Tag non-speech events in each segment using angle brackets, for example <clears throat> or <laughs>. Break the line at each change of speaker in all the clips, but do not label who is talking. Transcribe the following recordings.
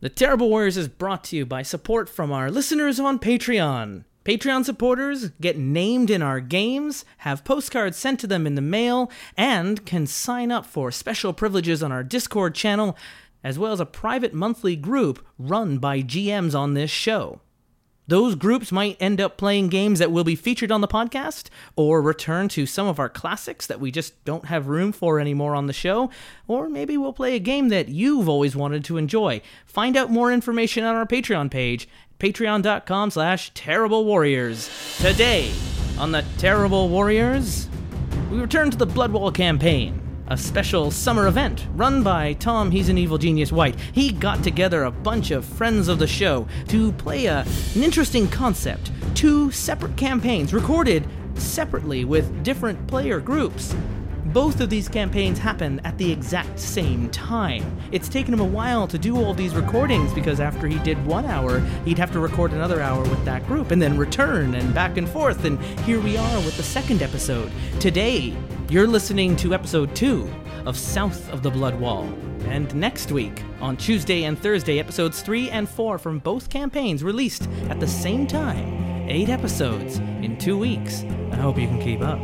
The Terrible Warriors is brought to you by support from our listeners on Patreon. Patreon supporters get named in our games, have postcards sent to them in the mail, and can sign up for special privileges on our Discord channel, as well as a private monthly group run by GMs on this show. Those groups might end up playing games that will be featured on the podcast or return to some of our classics that we just don't have room for anymore on the show, or maybe we'll play a game that you've always wanted to enjoy. Find out more information on our Patreon page, patreon.com slash terrible warriors. Today, on the Terrible Warriors, we return to the Bloodwall campaign, a special summer event run by Tom He's an Evil Genius White. He got together a bunch of friends of the show to play a, an interesting concept, two separate campaigns recorded separately with different player groups. Both of these campaigns happen at the exact same time. It's taken him a while to do all these recordings because after he did one hour, he'd have to record another hour with that group and then return and back and forth. And here we are with the second episode. Today, you're listening to episode two of South of the Blood Wall. And next week, on Tuesday and Thursday, episodes three and four from both campaigns released at the same time. Eight episodes in two weeks. I hope you can keep up.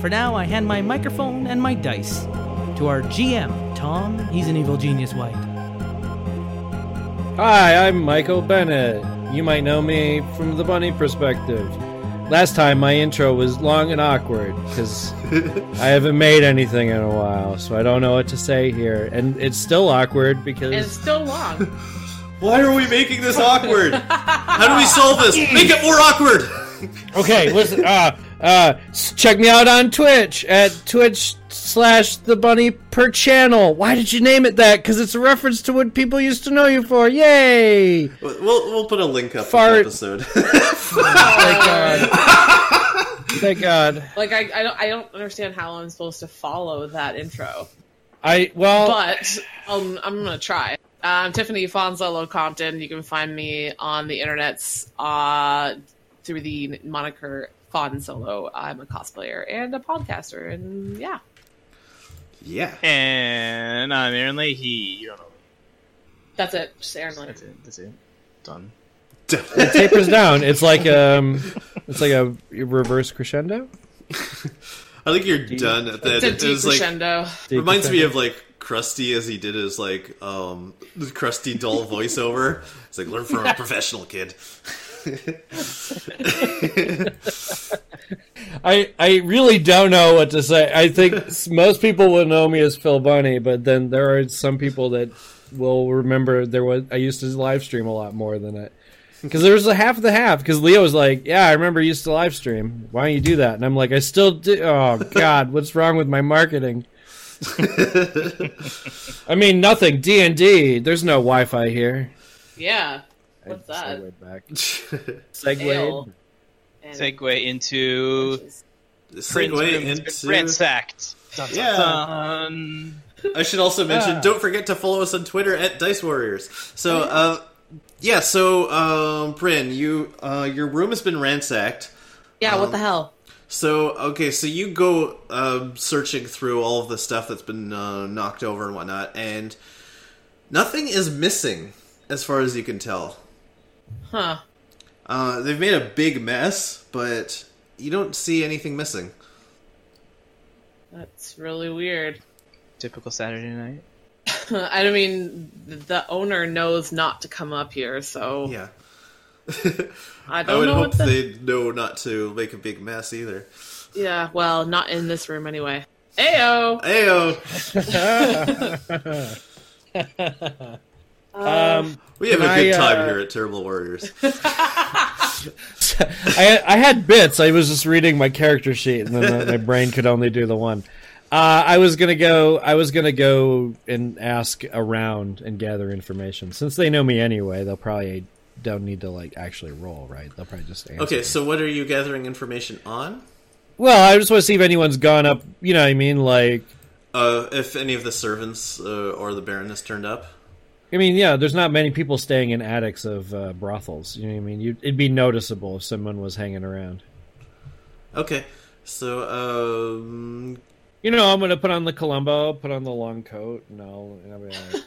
For now, I hand my microphone and my dice to our GM, Tom. He's an evil genius, White.
Hi, I'm Michael Bennett. You might know me from the bunny perspective. Last time my intro was long and awkward because I haven't made anything in a while, so I don't know what to say here. And it's still awkward
And it's
because
still long.
Why are we making this awkward? How do we solve this? Make it more awkward.
okay, listen, uh, uh, s- check me out on Twitch at Twitch slash the bunny per channel. Why did you name it that? Because it's a reference to what people used to know you for. Yay!
We'll we'll put a link up
Fart.
with the episode. <laughs>
Thank God. Thank God.
Like I, I don't I don't understand how I'm supposed to follow that intro.
I well.
But um, I'm gonna try. Um, Tiffany Fonzolo Compton. You can find me on the internets uh, through the moniker Fonzolo. I'm a cosplayer and a podcaster, and yeah,
yeah.
And I'm Aaron Leahy. You don't know.
that's it. Just Aaron Lynn.
That's it. That's it. Done.
tapers down. It's like um, it's like a reverse crescendo.
I think you're done at that.
It's a
It was like
decrescendo.
reminds me of like Krusty as he did his like um the Krusty doll voiceover. It's like learn from a professional kid. <laughs>
I I really don't know what to say. I think s- most people will know me as Phil Bunny, but then there are some people that will remember there was I used to live stream a lot more than it. Because there was a half of the half. Because Leo was like, "Yeah, I remember you used to live stream. Why don't you do that?" And I'm like, "I still do. Oh <laughs> God, what's wrong with my
<laughs>
marketing?" I mean, nothing. D and D. There's no Wi-Fi here.
yeah. What's that?
Segway back.
Ale.
Segway.
And-
Segue into
Segue into
ransacked. Um, Dun, dun,
Yeah.
dun.
I should also mention.
Ah.
Don't forget to follow us on Twitter at Dice Warriors. So. uh yeah, so um, Bryn, you uh, your room has been ransacked.
Yeah.
Um,
What the hell?
So okay, so you go um, searching through all of the stuff that's been uh, knocked over and whatnot, and nothing is missing as far as you can tell.
Huh.
Uh, they've made a big mess, but you don't see anything missing.
That's really weird.
Typical Saturday night.
<laughs> I mean, th- the owner knows not to come up here, so
Yeah,
I
I
don't
would
know
hope
what the.
they know not to make a big mess either.
Yeah, well, not in this room anyway. Ayo. <laughs>
Ayo,
Um,
we have a
Can I,
good time
uh,
here at Terrible Warriors.
I, I had bits. I was just reading my character sheet, and then my brain could only do the one. Uh, I was gonna go. I was gonna go and ask around and gather information. Since they know me anyway, they'll probably don't need to like actually roll, right? They'll probably just answer.
okay,
me.
so what are you gathering information on?
well, I just want to see if anyone's gone up. You know, what I mean, like,
Uh, if any of the servants uh, or the Baroness turned up.
I mean, yeah, there's not many people staying in attics of uh, brothels. You know, what I mean, you it'd be noticeable if someone was hanging around.
Okay, so um, <laughs>
You know, I'm gonna put on the Columbo, put on the long coat, and I'll, and I'll be like,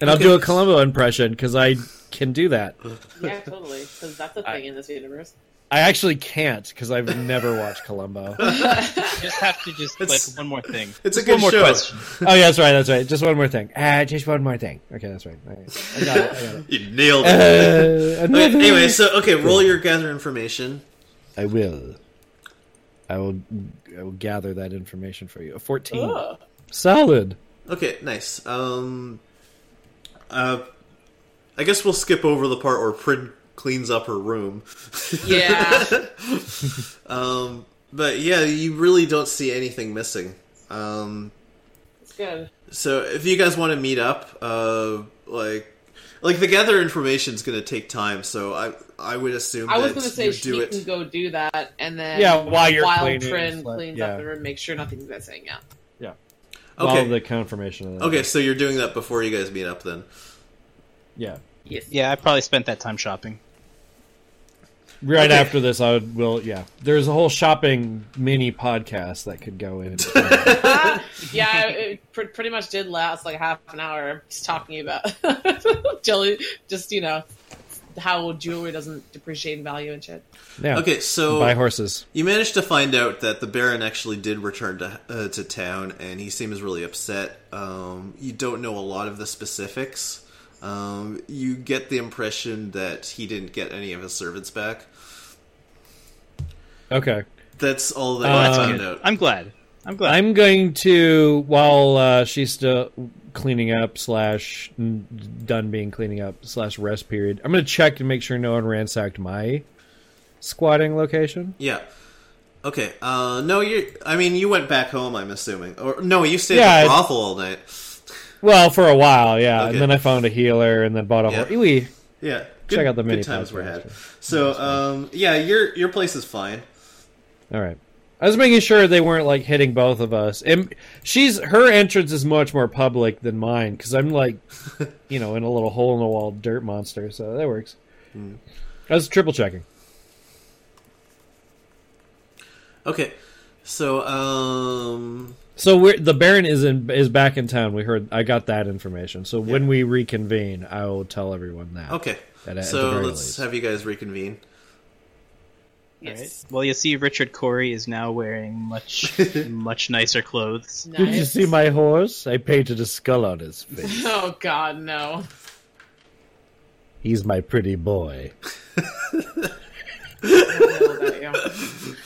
And I'll do a Columbo impression because I can do that.
Yeah, totally. Because that's a thing in this universe.
I actually can't because I've never watched
<laughs>
Columbo. oh
Just have to just
It's-
like one more thing.
<laughs> it's a
Just
good
one more
show.
question.
Oh, yeah, that's right, that's right. Just one more thing. Ah, just one more thing. Okay, that's right. All right. I got it. I got it.
You nailed it.
Uh,
Okay,
another-
anyway, so okay, roll your gather information.
I will. I will. I will gather that information for you. A fourteen.
Oh.
Ugh.
Solid.
Okay, nice. Um, uh, I guess we'll skip over the part where Prin cleans up her room. Hmm.
Yeah.
<laughs> um, but yeah, you really don't see anything missing. Um,
It's good.
so if you guys want to meet up, uh, like, like the gather information is going to take time. So I, I would assume
I was
that
going to say
you do
she
it.
can go do that, and then
Yeah, while you're cleaning,
Trin
just let-
cleans
yeah.
up the room, make sure nothing's missing. Yeah.
All
okay,
the confirmation. Of that.
okay. So you're doing that before you guys meet up, then.
Yeah.
Yes.
Yeah, I probably spent that time shopping.
Right
Okay.
after this, I would, will. Yeah. There's a whole shopping mini podcast that could go
<laughs>
in.
yeah, I- it pr- pretty much did last like half an hour just talking about <laughs> jelly, just you know how jewelry doesn't depreciate in value and shit.
yeah.
Okay, so
Buy horses.
You managed to find out that the Baron actually did return to uh, to town, and he seems really upset. Um, you don't know a lot of the specifics. Um, you get the impression that he didn't get any of his servants back.
Okay.
That's all that
Oh,
you
that's
found
Good.
out.
I'm glad. I'm glad.
I'm going to while uh, she's still cleaning up slash n- done being cleaning up slash rest period. I'm going to check to make sure no one ransacked my squatting location.
Yeah. Okay. Uh, no, you. I mean, you went back home. I'm assuming, or no, you stayed
Yeah,
at
I-
the brothel all night.
Well, for a while, yeah.
Okay.
And then I found a healer, and then bought a
Yeah.
whole. Ewe.
Yeah.
Check out the mini
good times were
podcast.
had. So, um, yeah, your your place is fine.
All right. I was making sure they weren't like hitting both of us. And she's her entrance is much more public than mine because I'm like, you know, in a little hole in the wall dirt monster. So that works. I was triple checking.
Okay. So, um,
So we're, the Baron is in is back in town. We heard. I got that information. So when we reconvene, I will tell everyone that.
Okay.
At- at the
so
very
let's
least.
have you guys reconvene.
Yes.
Well, you see, Richard Corey is now wearing
<laughs>
much, much nicer clothes.
Nice.
Did you see my horse? I painted a skull on his face.
Oh God,
<laughs>
no.
He's my pretty boy.
I don't know about you.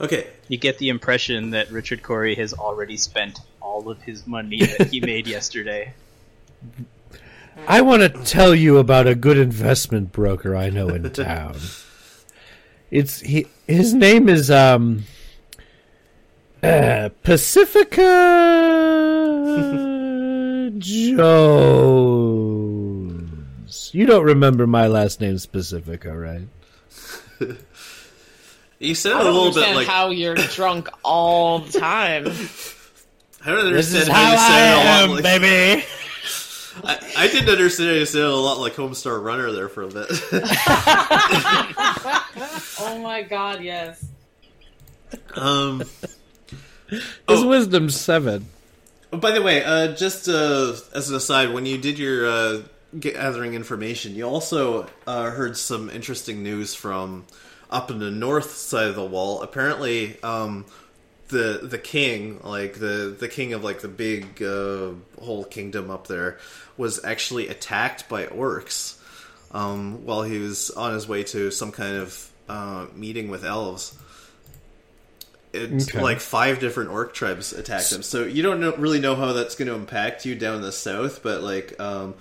Okay.
You get the impression that Richard Corey has already spent all of his money that
<laughs>
he made yesterday.
I want to tell you about a good investment broker I know in town. it's he. His name is um. Uh, Pacifica Jones. You don't remember my last name, Pacifica, right?
You
I
sound a
don't
little bit
understand
like
how you're drunk all the
<laughs>
time.
I don't understand how you sound a lot like
baby.
I, I didn't understand how you sounded a lot like Homestar Runner there for a bit. <laughs>
Oh my God, yes.
um
His
Oh.
wisdom seven.
oh, by the way, uh just uh as an aside, when you did your uh gathering information, you also uh heard some interesting news from up in the north side of the wall. Apparently, um the the king, like the the king of like the big uh, whole kingdom up there, was actually attacked by orcs um, while he was on his way to some kind of uh, meeting with elves. It's
Okay.
like five different orc tribes attacked him, so you don't know, really know how that's going to impact you down the south. But like um,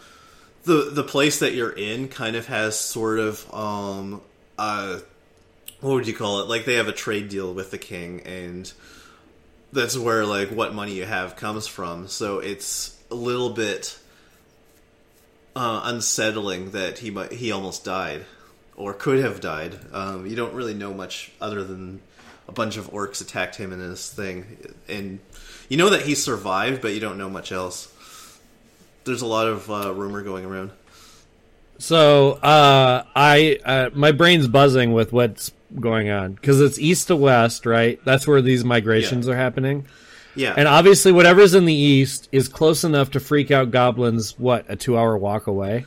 the the place that you're in kind of has sort of um, uh, what would you call it? Like they have a trade deal with the king, and that's where like what money you have comes from. So it's a little bit uh, unsettling that he might he almost died or could have died. Um, you don't really know much other than a bunch of orcs attacked him and his thing, and you know that he survived, but you don't know much else. There's a lot of uh, rumor going around.
So uh, I uh, my brain's buzzing with what's going on because it's east to west, right? That's where these migrations are happening.
Yeah.
And obviously, whatever's in the east is close enough to freak out goblins. What a two-hour walk away.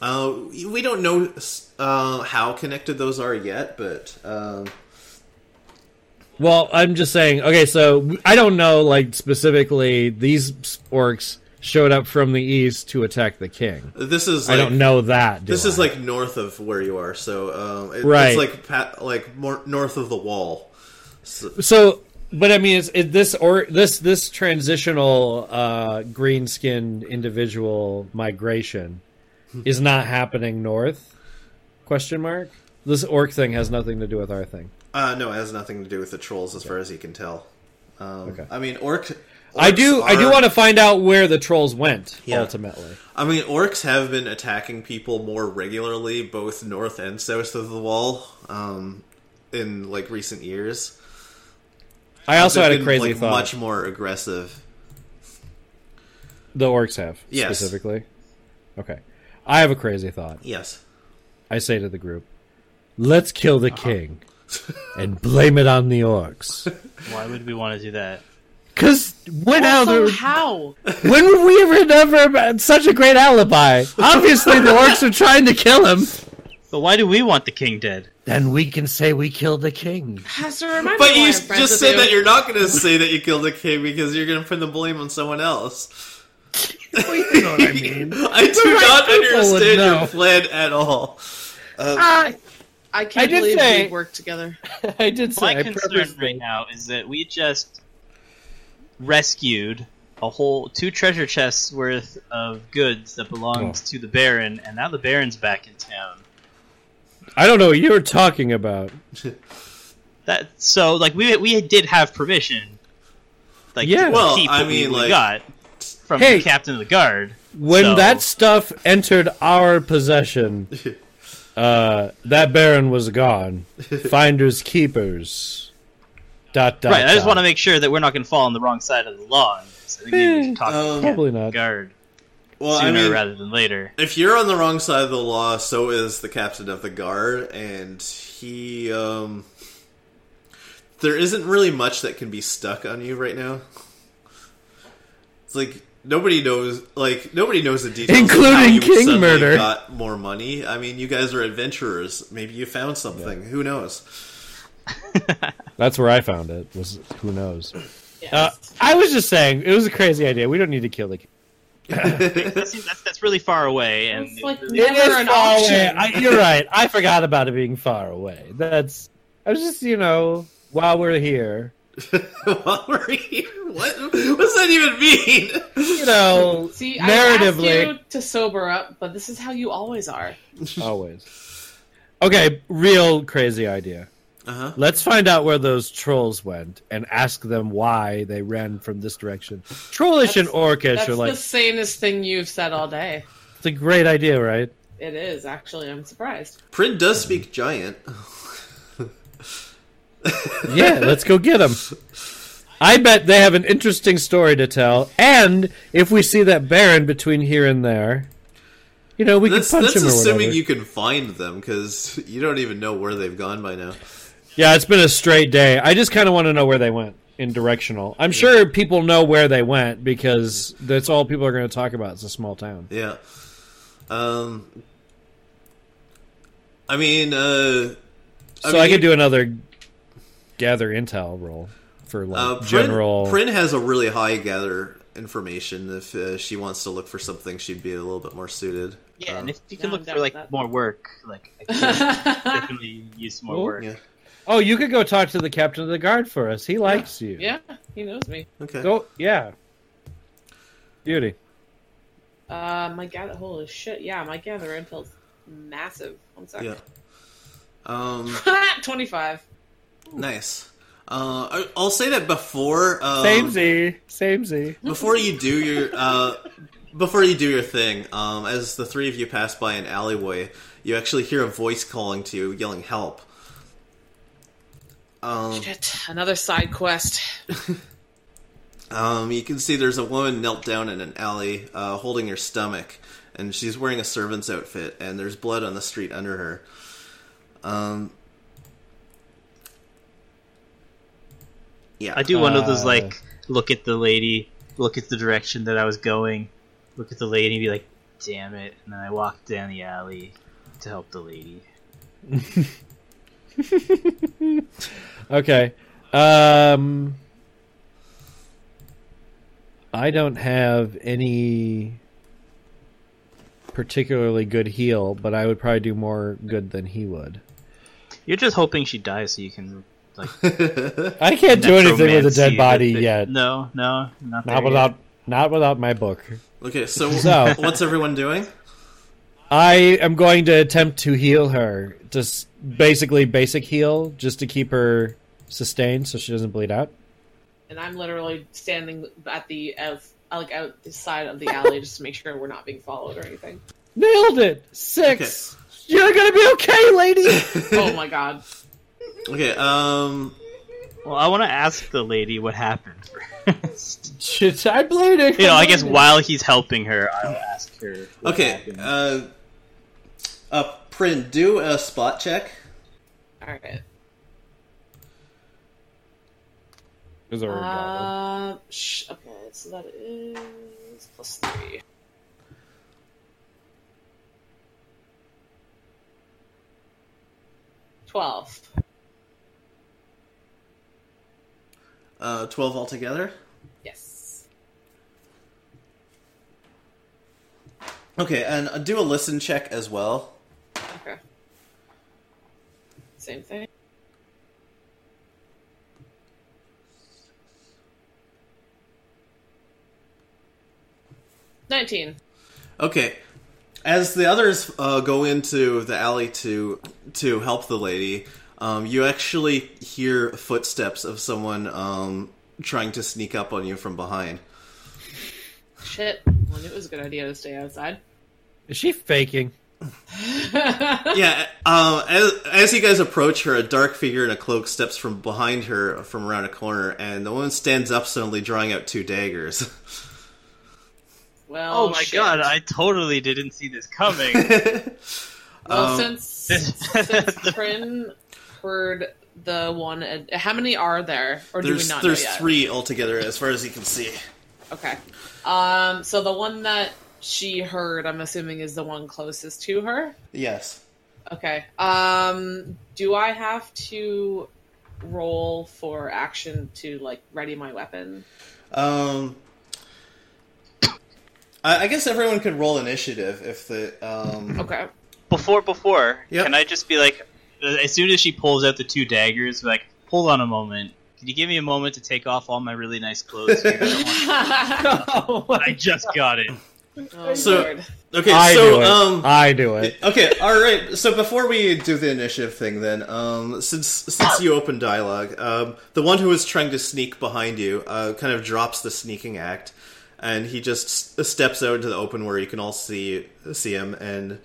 Uh, we don't know uh, how connected those are yet, but um,
Well, I'm just saying. Okay, so I don't know, like specifically, these orcs showed up from the east to attack the king.
this is
I
like,
don't know that. do
This is
I?
like north of where you are, so um, it,
Right.
it's like pat, like more north of the wall.
so, but I mean, it's it, this or this this transitional uh, green skinned individual migration is not happening north? Question mark. This orc thing has nothing to do with our thing.
Uh, no, it has nothing to do with the trolls, as far as you can tell. Um,
Okay.
I mean, orc.
I do. I do
orcs are-
want to find out where the trolls went
Yeah.
ultimately.
I mean, orcs have been attacking people more regularly, both north and south of the wall, um, in like recent years.
I also
They've
had a
been,
crazy
like,
thought.
Much more aggressive.
The orcs have
Yes.
specifically. Okay, I have a crazy thought.
Yes.
I say to the group, "Let's kill
Uh-huh.
the king." and blame it on the
<laughs>
orcs.
Why would we want to do that?
Because when
Also,
other
how?
When would we ever never had such a great alibi? Obviously, the orcs are trying to kill him.
But why do we want the king dead?
Then we can say we killed the king.
Has to remind me
But
why
you
I'm friends
just
with
said
you.
that you're not going to say that you killed the king because you're going to put the blame on someone else.
You know what I mean?
<laughs> I do not
people would
understand
know.
your plan at all.
Uh, I can't
I did
believe
say- uh,
we worked together.
<laughs> I did say
My
I
concern right
purposely.
now is that we just rescued a whole two treasure chests worth of goods that belonged to the Baron, and now the Baron's back in town.
I don't know what you were talking about.
That so like we we did have permission, like
Yeah.
to
Well,
keep
I
what we-
mean,
we
like-
got from
Hey.
the captain of the guard.
When
So-
that stuff entered our possession, uh, that baron was gone. Finders keepers. Dot dot.
right, I just
dot.
want to make sure that we're not going to fall on the wrong side of the law. on this. I think we need to talk
Um,
to the
Probably
captain of the
not.
guard
Well,
sooner
I mean,
rather than later.
if you're on the wrong side of the law, so is the captain of the guard, and he. Um, there isn't really much that can be stuck on you right now. It's like nobody knows, like nobody knows the details, of how
Including
you
King
suddenly
murder.
Got more money. I mean, you guys are adventurers. Maybe you found something. Who knows? <laughs>
That's where I found it. Was who knows? Uh, I was just saying it was a crazy idea. We don't need to kill the king.
That seems- that's, that's really far away, and
It's like
It
never
is
an
far
option.
away. I,
<laughs>
you're right. I forgot about it being far away. That's. I was just, you know, while we're here,
While we're here, what? What does that even mean?
you know,
See, I
narratively,
asked you to sober up, but this is how you always are.
always. Okay, real crazy idea.
Uh-huh.
Let's find out where those trolls went and ask them why they ran from this direction. Trollish and
That's-
orcish
That's
are like
the sanest thing you've said all day.
it's a great idea, right?
It is actually. I'm surprised.
Prin does speak giant.
Yeah, let's go get them. I bet they have an interesting story to tell, and if we see that Baron between here and there, you know, we
That's,
could punch
that's
him or
assuming
whatever.
you can find them because <laughs> you don't even know where they've gone by now.
Yeah, it's been a straight day. I just kind of want to know where they went in directional. I'm sure people know where they went because that's all people are going to talk about. It's a small town.
Yeah. Um. I mean, uh,
So I,
mean,
could do another gather intel roll for like
uh, Prin,
general.
Prin has a really high gather information. If uh, she wants to look for something, she'd be a little bit more suited.
Yeah, and
Um,
if you can
No,
look
I'm down
for
with
like
that.
more work, like I
<laughs>
could
yeah.
definitely use some more
Well,
work.
yeah.
oh, you could go talk to the captain of the guard for us. He likes you.
he knows me.
Okay.
Go. Yeah. Beauty.
Uh, my gather. Holy shit! Yeah, my gather infield's massive. One sec.
Yeah. Um.
<laughs> Twenty-five.
Nice. Uh, I- I'll say that before. Um,
Samey. Samey.
before you do your uh, before you do your thing, um, as the three of you pass by an alleyway, you actually hear a voice calling to you, yelling "Help!" Um,
Shit! Another side quest.
um, you can see there's a woman knelt down in an alley, uh, holding her stomach, and she's wearing a servant's outfit, and there's blood on the street under her. Um, Yeah.
I do one of those
Uh.
like look at the lady, look at the direction that I was going, look at the lady, and be like, "Damn it!" And then I walk down the alley to help the lady.
Okay. Um I don't have any particularly good heal, but I would probably do more good than he would.
You're just hoping she dies so you can like
I can't do anything with a
necromancy
dead
the
body
thi-
yet.
No, no, not, there
Not without not without my book.
<laughs> Okay, so,
So-
what's everyone doing?
I am going to attempt to heal her. Just basically basic heal just to keep her sustained so she doesn't bleed out.
and I'm literally standing at the of like out the side of the alley just to make sure we're not being followed or <laughs> anything.
Nailed it. 6. You're going to be okay, lady.
Oh my god!
Okay, um,
Yet. Well, I want to ask the lady what happened first.
<laughs> Shit, I bleeding.
you know, I guess while he's helping her, I'll ask her. what
okay,
happened.
uh, uh, Prin, do a spot check.
All right.
Is there a goblin?
Uh, sh- okay, so that is plus three. Twelve.
Uh, 12 altogether.
Yes.
Okay, and uh, do a listen check as well.
Okay. Same thing. Nineteen.
Okay. As the others uh, go into the alley to to help the lady, um, you actually hear footsteps of someone um, trying to sneak up on you from behind.
Shit. I knew it was a good idea to stay outside.
Is she faking?
yeah. Um, as, as you guys approach her, a dark figure in a cloak steps from behind her from around a corner, and the woman stands up suddenly, drawing out two daggers. <laughs>
well,
Oh my
shit.
god! I totally didn't see this coming.
Well,
Um, <laughs>
since since Prin heard the one, ad- how many are there, or do we
there's
not
there's
know yet?
three altogether, as far as you can see.
Okay. Um. So the one that she heard, I'm assuming, is the one closest to her.
Yes.
Okay. Um. Do I have to roll for action to like ready my weapon?
Um, I, I guess everyone could roll initiative if the. Um,
Okay. <laughs>
before before
Yep.
can i just be like as soon as she pulls out the two daggers like hold on a moment can you give me a moment to take off all my really nice clothes here? I don't want- i just got it
Oh,
So-
Lord.
Okay,
I
so
do it.
um.
I do it.
Okay, all right. So before we do the initiative thing, then, um, since since you opened dialogue, um, the one who was trying to sneak behind you, uh, kind of drops the sneaking act, and he just s- uh, steps out into the open where you can all see see him, and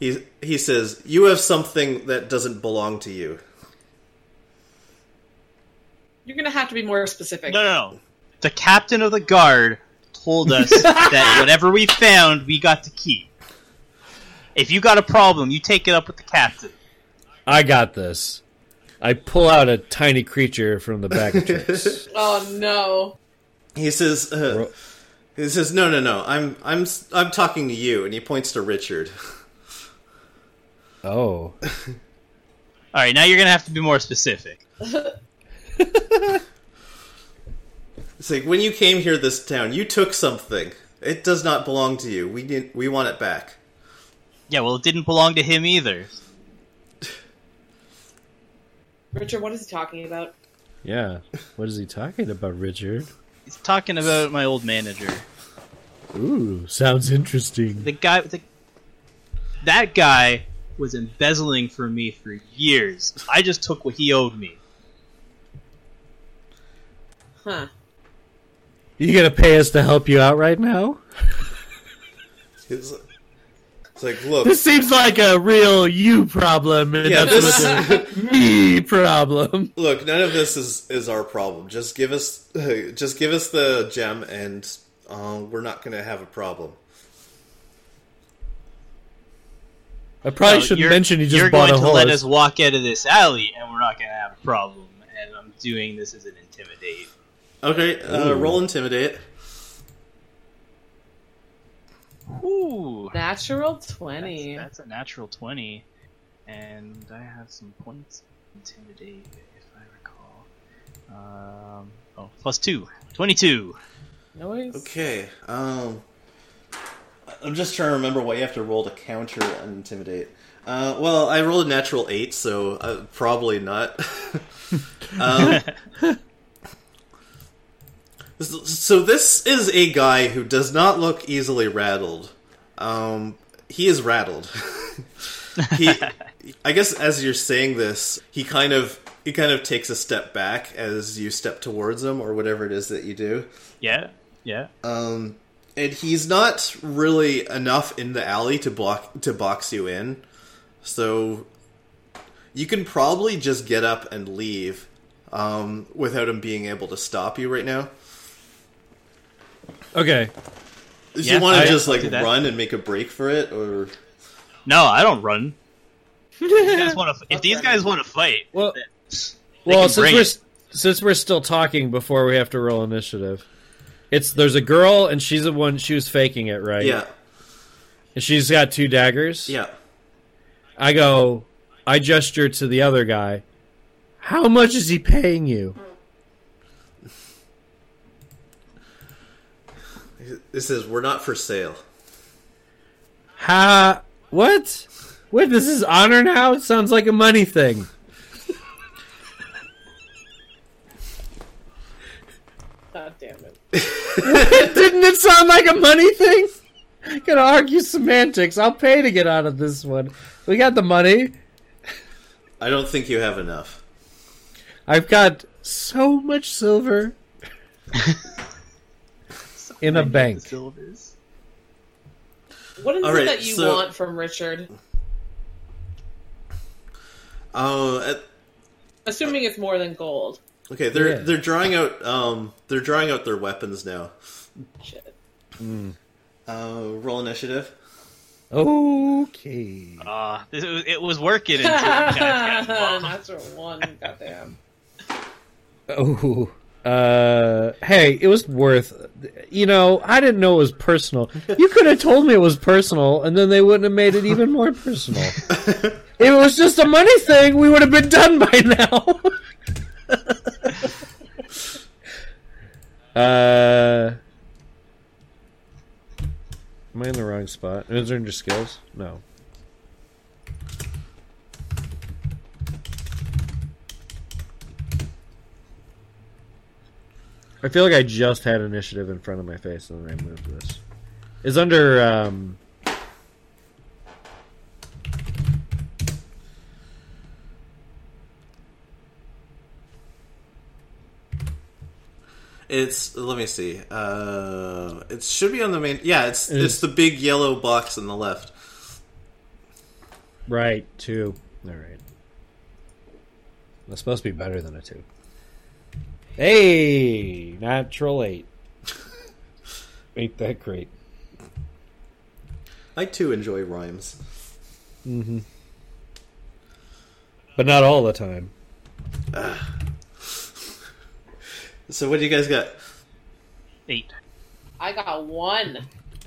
he he says, "You have something that doesn't belong to you."
You're gonna have to be more specific.
no no no the captain of the guard told us that whatever we found we got to keep if you got a problem you take it up with the captain
I got this. I pull out a tiny creature from the bag of tricks.
Oh no.
He says, uh,
Ro-
"He says, no, no, no. I'm I'm s- I'm talking to you," and he points to Richard.
oh.
all right now you're gonna have to be more specific
It's like when you came here, this town, you took something. It does not belong to you. We didn't. We want it back.
yeah well it didn't belong to him either
Richard, what is he talking about?
Yeah. What is he talking about, Richard?
he's talking about my old manager
Ooh, sounds interesting.
the guy the, that guy was embezzling from me for years i just took what he owed me
Huh.
You gonna pay us to help you out right now?
It's, it's like look.
This seems like a real you problem, and
Yeah,
not so
this-
much a me problem.
<laughs> Look, none of this is is our problem. Just give us, <laughs> just give us the gem, and um, we're not going to have a problem.
I probably
So
shouldn't
you're-
mention he
you're
just
going
bought a
to let
horse.
us walk out of this alley and we're not going to have a problem and i'm doing this as an intimidate.
Okay, uh, roll intimidate.
Ooh,
Natural
that's,
20.
that's a natural twenty, and I have some points to intimidate if I recall. Um, oh, plus two. 22.
Noise.
Okay. Um, I'm just trying to remember what you have to roll to counter and intimidate. Uh, well, I rolled a natural eight, so uh, probably not. <laughs> um, <laughs> so this is a guy who does not look easily rattled. Um, he is rattled. <laughs> he, I guess, as you're saying this, he kind of he kind of takes a step back as you step towards him, or whatever it is that you do.
Yeah, yeah.
Um, and he's not really enough in the alley to block to box you in, so you can probably just get up and leave um, without him being able to stop you right now.
Okay.
If
Yeah,
you want
I-
to just
I'll
like
do that.
run and make a break for it, or
No, I don't run. If these guys wanna- if these guys want to fight,
Well,
They
well
can
since
bring
we're
it.
s- since we're still talking before we have to roll initiative, it's there's a girl and she's the one she was faking it, right?
yeah,
And she's got two daggers.
yeah.
I go. I gesture to the other guy. How much is he paying you?
This is we're not for sale.
Ha! What? What? This is honor now? It sounds like a money thing.
God damn it.
Didn't it sound like a money thing? <laughs> Gonna argue semantics. I'll pay to get out of this one. We got the money.
I don't think you have enough.
I've got so much silver in a bank.
Silvers.
What is
All
it
right,
that you
so-
want from Richard?
Uh, at-
Assuming it's more than gold.
okay, they're
Yeah.
they're drawing out um they're drawing out their weapons now.
Shit.
Uh, roll initiative.
Okay.
Uh, this- it, was, it was working until you guys <laughs> got involved.
Uh, Natural one. Goddamn.
Oh. Uh, hey, it was worth. You know, I didn't know it was personal. You could have told me it was personal, and then they wouldn't have made it even more personal. if it was just a money thing, we would have been done by now. uh, am I in the wrong spot? Is there under skills? No. I feel like I just had initiative in front of my face and then I moved this. It's under um
It's let me see. Uh, it should be on the main. Yeah, it's it's the big yellow box on the left.
right two. Alright. That's supposed to be better than a two. Hey natural
<laughs>
eight. Ain't that great.
I too enjoy rhymes.
But not all the time.
So what do you guys got?
Eight.
I got one.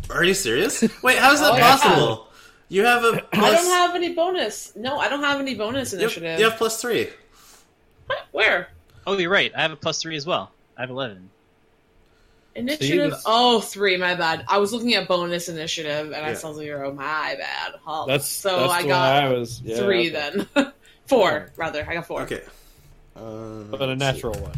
Are you serious? Wait, how's
<laughs>
that
Oh, yeah.
possible? You have a plus.
I don't have any bonus. No, I don't have any bonus
you have- you
initiative.
have, plus three.
What? Where?
Oh, you're right. I have a plus three as well. I have eleven.
Initiative.
just-
Oh, three. My bad. I was looking at bonus initiative, and I
Yeah.
saw zero. My bad. Huh.
That's
so
that's
I
the one
got
I was yeah,
three
okay.
then. <laughs> four rather. I got four.
Okay. Uh,
But a natural one.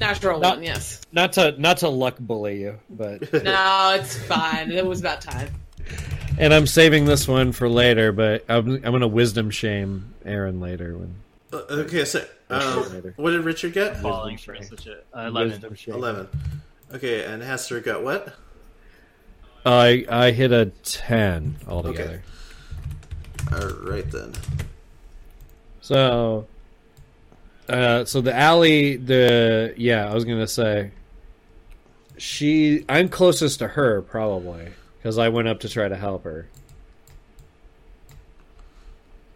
Natural
Not-
one. Yes.
Not to not to luck bully you, but
<laughs> No, it's fine. It was about time.
And I'm saving this one for later, but I'm, I'm gonna wisdom shame Aaron later. When
uh, okay, so
Actually,
um,
later.
what did Richard get?
Falling for
check.
such a uh, eleven.
Wisdom shame.
Eleven. Okay, and Hester got what?
I I hit a ten altogether.
Okay. All right then.
So, uh, so the alley, the yeah, I was gonna say. She, I'm closest to her probably because I went up to try to help her.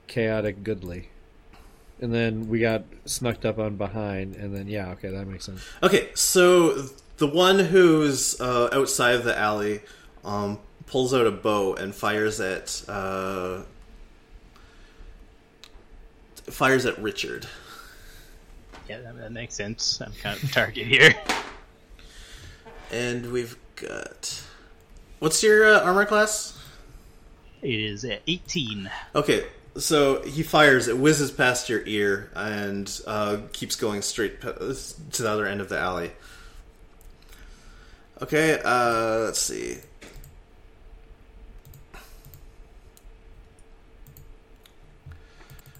Chaotic goodly. and then we got snuck up on behind, and then yeah, okay, that makes sense.
Okay, so the one who's uh, outside of the alley um, pulls out a bow and fires at uh, fires at Richard.
Yeah, that, that makes sense. I'm kind of target here. <laughs>
And we've got what's your uh, armor class?
It is at 18.
Okay, so he fires. It whizzes past your ear and uh, keeps going straight pa- to the other end of the alley. Okay, uh, let's see.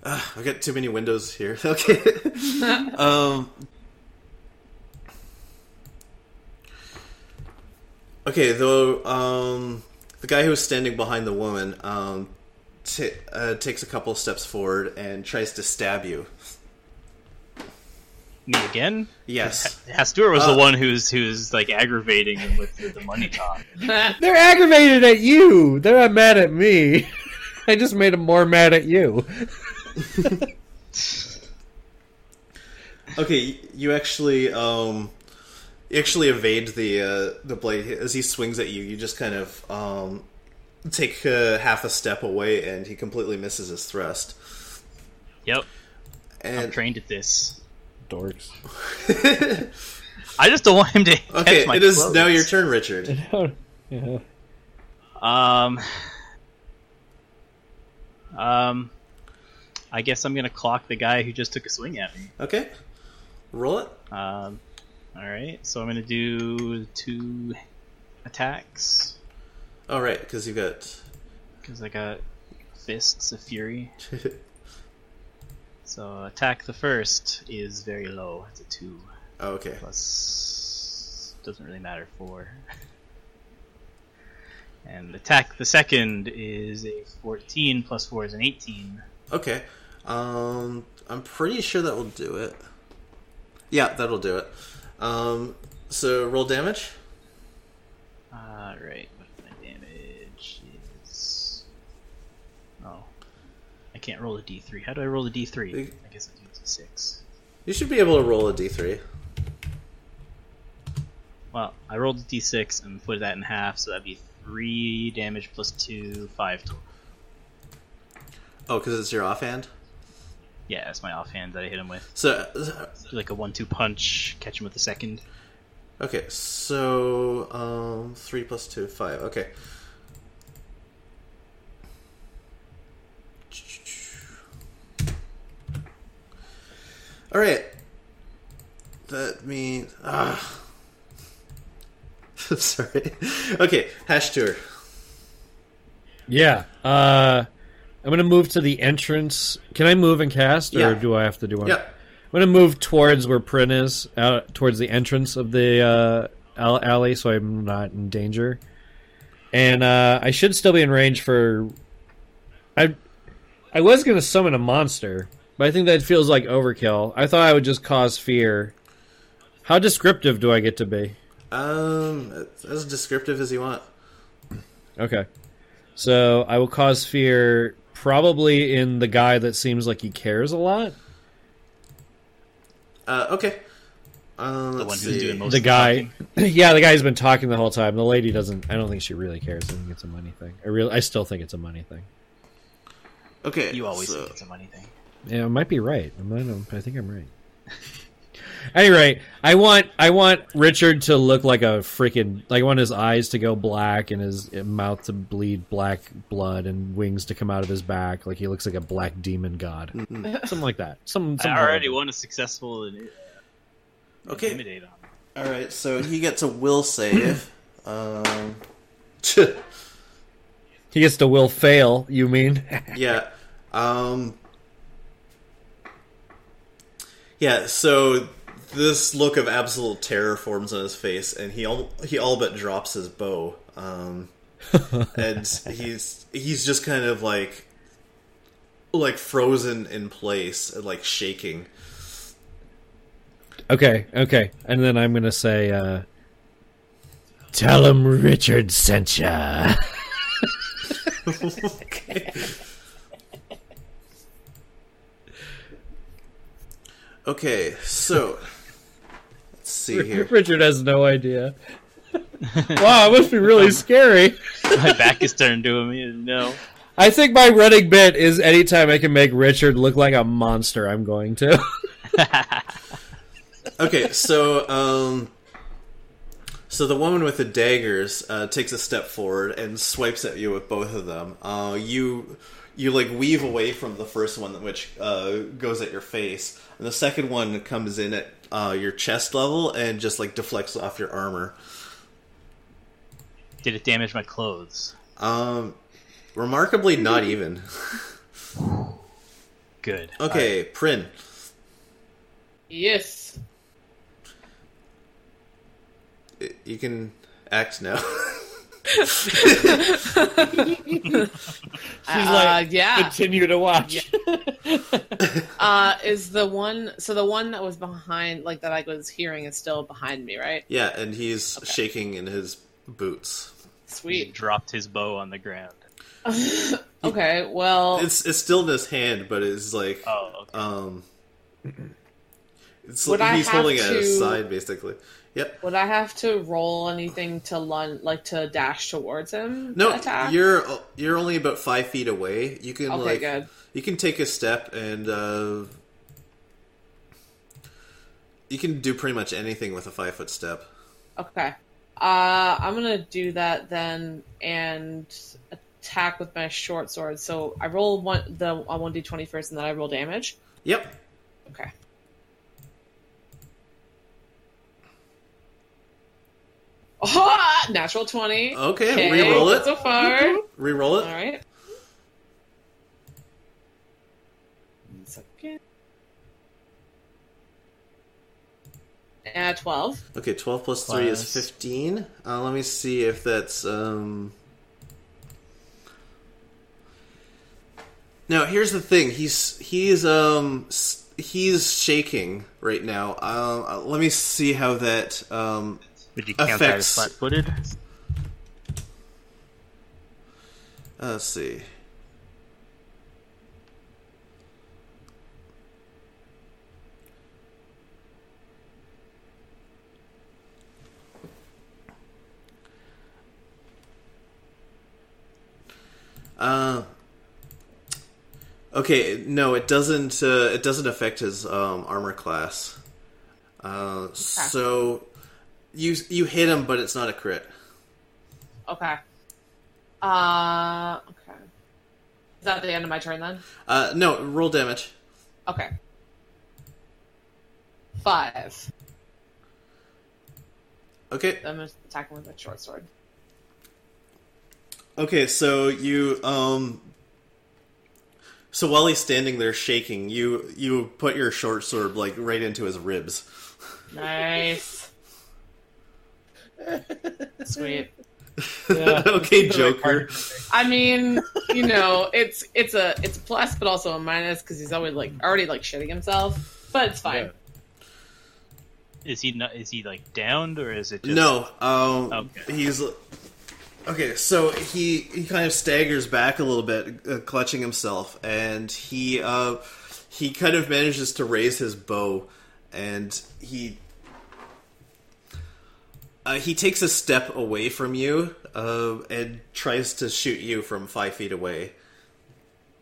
Uh, I got too many windows here. <laughs> Okay. um, okay, though um, the guy who was standing behind the woman um, t- uh, takes a couple steps forward and tries to stab you.
Me again? <laughs>
Yes.
Yeah, Stuart was
Uh,
the one who's who's like aggravating him with the, the money talk.
They're aggravated at you. They're not mad at me. <laughs> I just made them more mad at you.
Okay, y- you actually um, you actually evade the uh, the blade as he swings at you. You just kind of um, take uh, half a step away, and he completely misses his thrust.
<laughs> Yep, I'm
And <laughs>
trained at this.
Dorks.
I just don't want him to
okay,
catch my
it is
clothes.
now your turn, Richard.
yeah.
Um, um, I guess I'm gonna clock the guy who just took a swing at me.
Okay, roll it.
Um, all right, so I'm gonna do two attacks
All right, because you've got <laughs>
because I got fists of fury. So attack the first is very low. It's a two
Oh, okay.
plus doesn't really matter four. <laughs> And attack the second is a 14 plus 4 is an 18.
Okay. Um, I'm pretty sure that will do it. Yeah, that'll do it. Um, so roll damage.
Alright, what my damage is. Oh. I can't roll a d3. How do I roll a d3?
Big-
I guess I do a 6.
You should be able to roll a d3.
Well, I rolled a d6 and put that in half, so that'd be 3 damage plus 2, 5 total.
Oh, because it's your offhand.
Yeah, that's my offhand that I hit him with.
So,
Do Like a 1 2 punch, catch him with the second.
okay. So, um, three plus two, five. Okay. All right. That means. Ah. <laughs> Sorry. Okay, hash tour.
Yeah. Uh, I'm gonna move to the entrance. Can I move and cast, or
Yeah.
do I have to do one?
Yeah.
I'm gonna move towards where Prin is, out towards the entrance of the uh, al- alley, so I'm not in danger. And uh, I should still be in range for. I, I was gonna summon a monster, but I think that feels like overkill. I thought I would just cause fear. How descriptive do I get to be?
Um, as descriptive as you want.
Okay. So I will cause fear probably in the guy that seems like he cares a lot.
Uh, okay. Um, let's
The one who's
see.
doing most
The
of
guy
talking.
<clears throat> Yeah, the guy's been talking the whole time. The lady doesn't I don't think she really cares. I think it's a money thing. I really I still think it's a money thing.
Okay.
You always
so-
think it's a money thing.
Yeah, I might be right. I might I think I'm right. <laughs> At any rate, I want I want Richard to look like a freaking like I want his eyes to go black and his mouth to bleed black blood and wings to come out of his back like he looks like a black demon god. Something like that. Some, some
I already won a successful in-
Okay.
intimidate on. him.
All right, so he gets a will save. um,
He gets to will fail, you mean? <laughs>
yeah, um, yeah. So this look of absolute terror forms on his face, and he all he all but drops his bow. Um, and he's he's just kind of like like frozen in place, like shaking.
okay, okay. And then I'm going to say, uh, Tell him Richard sent ya.
okay. Okay, so let's see here.
<laughs> Richard has no idea. <laughs> wow, it must be really scary.
My back is turned to him. No.
I think my running bit is anytime I can make Richard look like a monster, I'm going to. <laughs>
okay, so um, so the woman with the daggers uh, takes a step forward and swipes at you with both of them. Uh, you you like weave away from the first one, which uh, goes at your face, and the second one comes in at uh, your chest level and just like deflects off your armor.
Did it damage my clothes?
Um, remarkably, not even. <laughs>
Good.
Okay, Prin.
Yes.
y- You can act now. <laughs>
Uh, yeah.
continue to watch.
Uh, is the one so the one that was behind, like that I was hearing, is still behind me, right?
yeah, and he's shaking in his boots.
He
Sweet.
dropped his bow on the ground.
Okay. Well,
It's it's still in his hand, but it's like
Oh, okay.
um, it's
Would I
he's
have
holding it at his
to-
side basically. Yep.
would I have to roll anything to lun like to dash towards him?
No,
to attack?
you're you're only about five feet away. You can
Okay,
like
good.
you can take a step and uh, you can do pretty much anything with a five foot step.
Okay. Uh, I'm gonna do that then and attack with my short sword. So I roll one the uh, one d twenty first, and then I roll damage.
Yep.
Okay. Ah, natural twenty.
Okay, reroll it.
So far, all
Reroll it.
right. One second. Uh, twelve.
Okay, 12 plus 3 is
Plus-
15. Uh, let me see if that's. Um... Now, here's the thing. He's he's um s- he's shaking right now. Um, uh, let me see how that um
Would you count that as
affects-
flat-footed?
Uh, Let's see. Uh, okay, no, it doesn't. Uh, it doesn't affect his um, armor class. Uh, so you you hit him, but it's not a crit.
Okay. Uh, okay. Is that the end of my turn then?
Uh, no, roll damage.
Okay. Five.
Okay,
I'm gonna attack him with my short sword.
Okay, so you um so while he's standing there shaking, you you put your short sword like right into his ribs.
Nice. Sweet.
<laughs> okay, Joker.
I mean, you know, it's it's a it's a plus, but also a minus because he's always like already like shitting himself. But it's fine.
Is he not, is he like downed or is it just
No, um
Okay.
he's Okay, so he he kind of staggers back a little bit, uh, clutching himself, and he uh he kind of manages to raise his bow and he Uh, he takes a step away from you uh, and tries to shoot you from five feet away.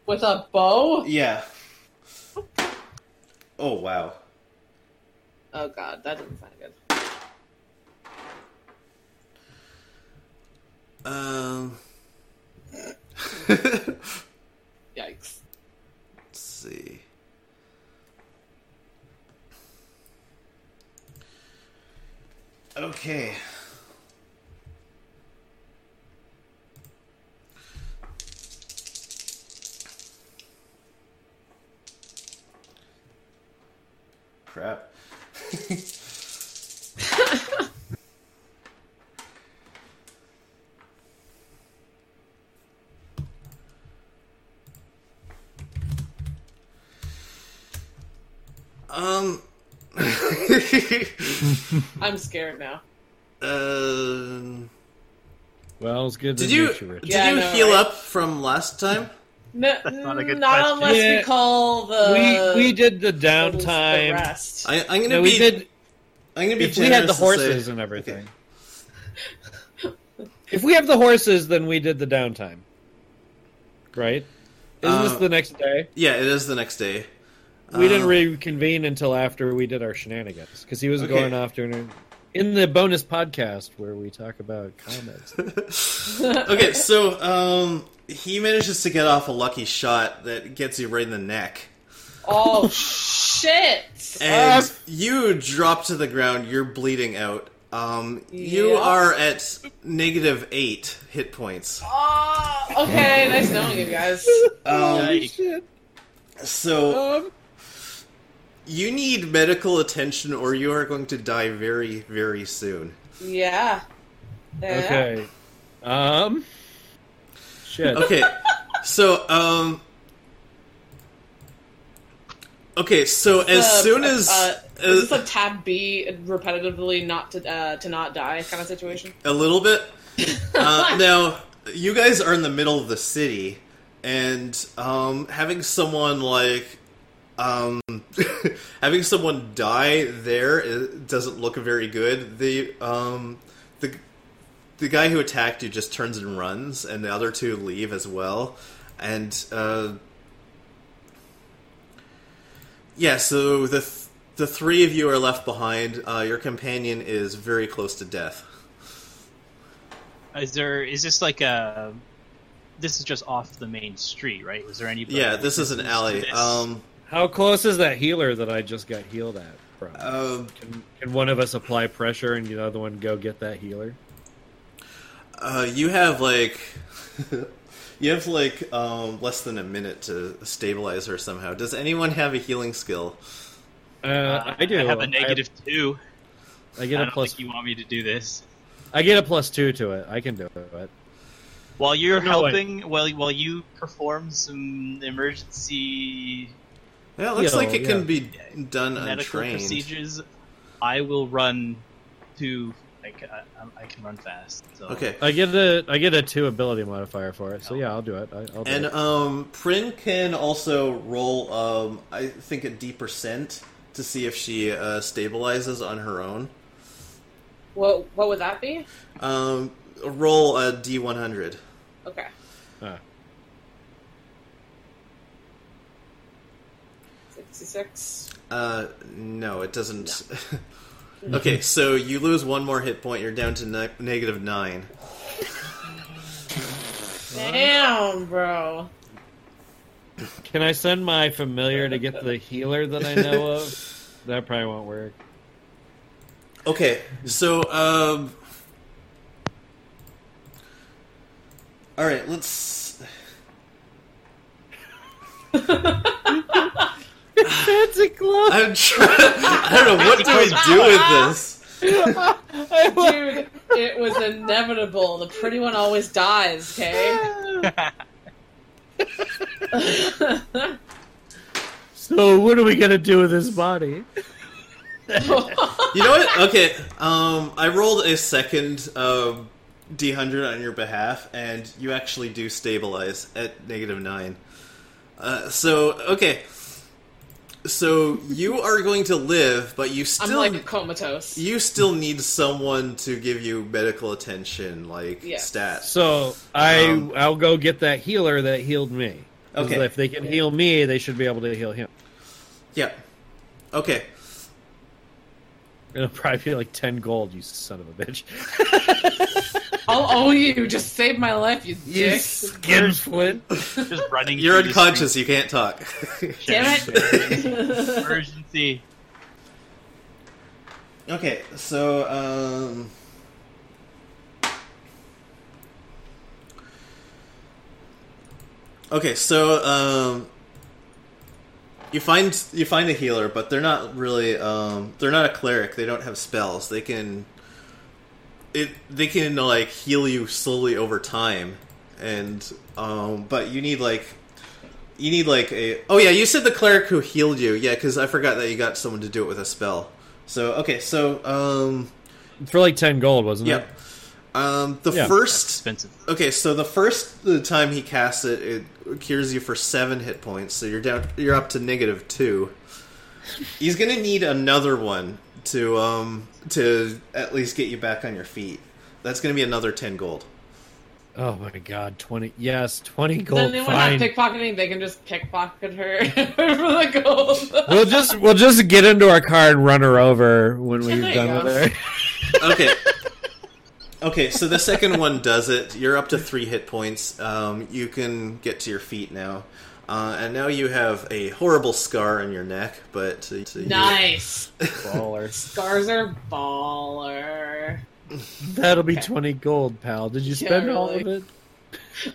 With a bow?
Yeah. Oh wow.
Oh god, that doesn't sound good.
Um. Let's
Yikes.
see. Okay. Crap. Um. <laughs>
I'm scared now.
um.
well, it's good to
Did you
meet you, Richard.
did
Yeah, I
you
know,
heal
right?
up from last time?
No,
<laughs> not a good
not
question.
unless
Yeah.
we call the
Uh,
we we did the
the- The
downtime.
rest.
I, I'm gonna
No,
be.
we did.
I'm gonna be.
If we had the
generous and say-
horses and everything. <laughs> if we have the horses, then we did the downtime. Right? Isn't this
Uh,
the next day?
yeah, it is the next day.
We didn't
um,
reconvene until after we did our shenanigans because he was
Okay.
going off doing it in the bonus podcast where we talk about
<laughs>
comments.
okay, so um, he manages to get off a lucky shot that gets you right in the neck,
Oh shit!
<laughs>
and
Ah.
you drop to the ground. You're bleeding out. Um, you
Yeah.
are at negative eight hit points.
Oh, okay, nice knowing you guys.
Um,
Yikes.
Shit.
so
Um,
you need medical attention, or you are going to die very, very soon.
Yeah. Yeah.
okay. Um. Shit.
okay so um okay so as
Uh,
soon as
uh,
as-
is this a tab B repetitively not to uh, to not die kind of situation?
a little bit uh, now you guys are in the middle of the city and um having someone like um <laughs> having someone die there it doesn't look very good the um the the guy who attacked you just turns and runs and the other two leave as well and uh Yeah, so the th- the three of you are left behind. Uh, your companion is very close to death.
Is there? Is this like a? This is just off the main street, right? Was there anybody?
yeah, this is an alley.
this-
Um,
How close is that healer that I just got healed at from?
uh,
Can, can one of us apply pressure and the other one go get that healer?
uh, you have like <laughs> you have like um, less than a minute to stabilize her somehow. Does anyone have a healing skill?
Uh,
Uh,
I do.
I have a negative two.
I,
I
get a
don't
plus.
think you want me to do this.
I get a plus two to it. I can do it.
While you're
Oh, No, wait.
helping, while while you perform some emergency
Yeah, it looks
Yeah,
like it can
yeah.
be done
medical
untrained.
procedures, I will run to. Like, I, I can run fast. So.
Okay,
I get a I get a two ability modifier for it. So yeah, I'll do it. I, I'll do
and
it.
um, Prin can also roll. Um, I think a D percent to see if she uh, stabilizes on her own.
What what would that be?
Um, roll a D one hundred.
Okay.
uh,
Ah.
Sixty six.
Uh, no, it doesn't. <laughs> okay, so you lose one more hit point. You're down to ne- negative nine.
Damn,
<laughs>
bro.
Can I send my familiar to get the healer that I know of? That probably won't work.
Okay, so um, all right, let's. <laughs>
That's a glove.
I'm trying. I don't know what do we do with this.
Dude, it was inevitable. The pretty one always dies, okay?
So what are we gonna do with this body?
You know what? Okay, um, I rolled a second um, D hundred on your behalf, and you actually do stabilize at negative nine. Uh, so okay, so you are going to live, but you
I'm
still
like comatose.
you still need someone to give you medical attention, like
Yeah.
stats.
So I
Um,
I'll go get that healer that healed me. 'Cause
Okay.
If they can heal me, they should be able to heal him.
Yeah. Okay.
It'll probably be like ten gold. You son of a bitch.
I'll owe you. Just save my life, you dick.
skin flint.
Just
<laughs>
running.
You're
through the
unconscious. You can't talk. <laughs>
street.
Damn it.
Emergency.
okay. So um. Okay, so um, you find you find a healer, but they're not really um, they're not a cleric. They don't have spells. They can it they can like heal you slowly over time, and um, but you need like you need like a oh yeah you said the cleric who healed you yeah because I forgot that you got someone to do it with a spell. So okay, so um,
For like ten gold, wasn't
yeah.
it?
Um, the
Mm-hmm. Yeah.
first
Expensive.
Okay, so the first the time he casts it, it cures you for seven hit points, so you're down. You're up to negative two. He's gonna need another one to um to at least get you back on your feet. That's gonna be another ten gold.
Oh my god, twenty yes, twenty
Then
gold.
they were
Fine.
not pickpocketing. They can just pickpocket her <laughs> for the
<laughs>
gold.
<laughs> we'll just we'll just get into our car and run her over when we're
<laughs> There you
done
go.
with her.
<laughs>
Okay. okay, so the second one does it. You're up to three hit points. Um, you can get to your feet now, uh, and now you have a horrible scar on your neck. But uh, to, to
nice.
Baller.
Scars are baller.
That'll be twenty gold, pal. Did you
Yeah,
spend all of
really.
it?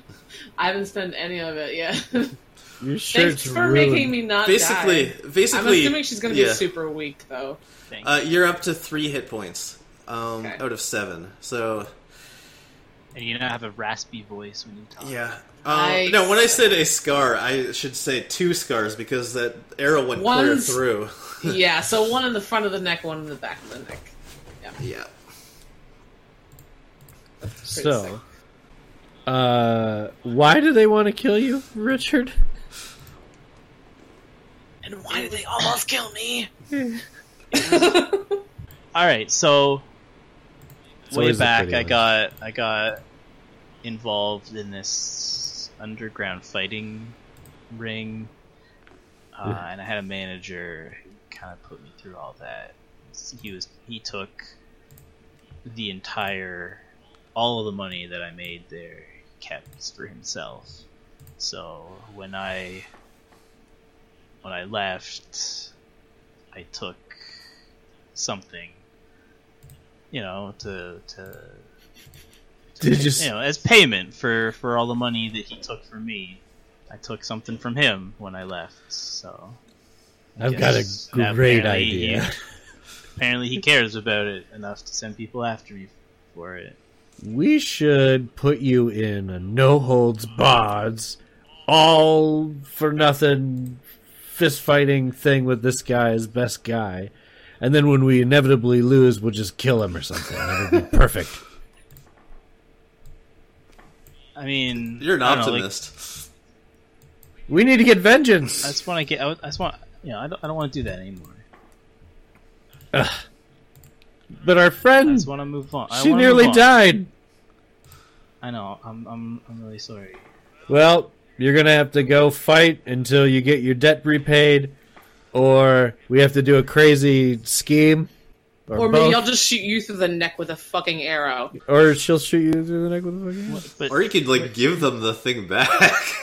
I haven't spent any of it
<laughs>
yet.
Your shirt's
Thanks for
ruined.
making me not
basically,
die. I'm
basically,
assuming she's going to be
yeah.
super weak
<laughs>
though.
Thing.
Uh, you're up to three hit points um,
Okay.
out of seven. So
and you don't have a raspy voice when you talk.
yeah. Um,
Nice.
no, when I said a scar, I should say two scars because that arrow went
One's-
clear through. <laughs>
yeah. So one in the front of the neck, one in the back of the neck.
yeah.
That's pretty sick.
So uh why do they want to kill you, Richard?
And why did they almost kill me?
All right, so
It's
way
always the
back,
pretty
I
ones.
got I got involved in this underground fighting ring, uh, and I had a manager who kind of put me through all that. He was he took the entire all of the money that I made there he kept for himself. So when I when I left, I took something, you know, to to
Did you
you know as payment for for all the money that he took from me. I took something from him when I left, so I
I've got a
guess
great
apparently he-
idea.
apparently, he cares about it enough to send people after me for it.
We should put you in a no holds bards, all for nothing fist fighting thing with this guy as best guy. And then when we inevitably lose, we'll just kill him or something. It'll be perfect.
I mean,
You're an
I don't know, like,
optimist.
We need to get
I
vengeance.
just want to get. I I just want. You know, I don't, I don't want to do that anymore.
But our
I
friend,
just want to move on. I
Hmm. she
wanna
nearly
move on.
died.
I know. I'm. I'm. I'm really sorry.
Well, you're going to have to go fight until you get your debt repaid, or we have to do a crazy scheme. Or,
Or maybe
both,
I'll just shoot you through the neck with a fucking arrow.
or she'll shoot you through the neck with a fucking.
But
Or you could like give them the thing back.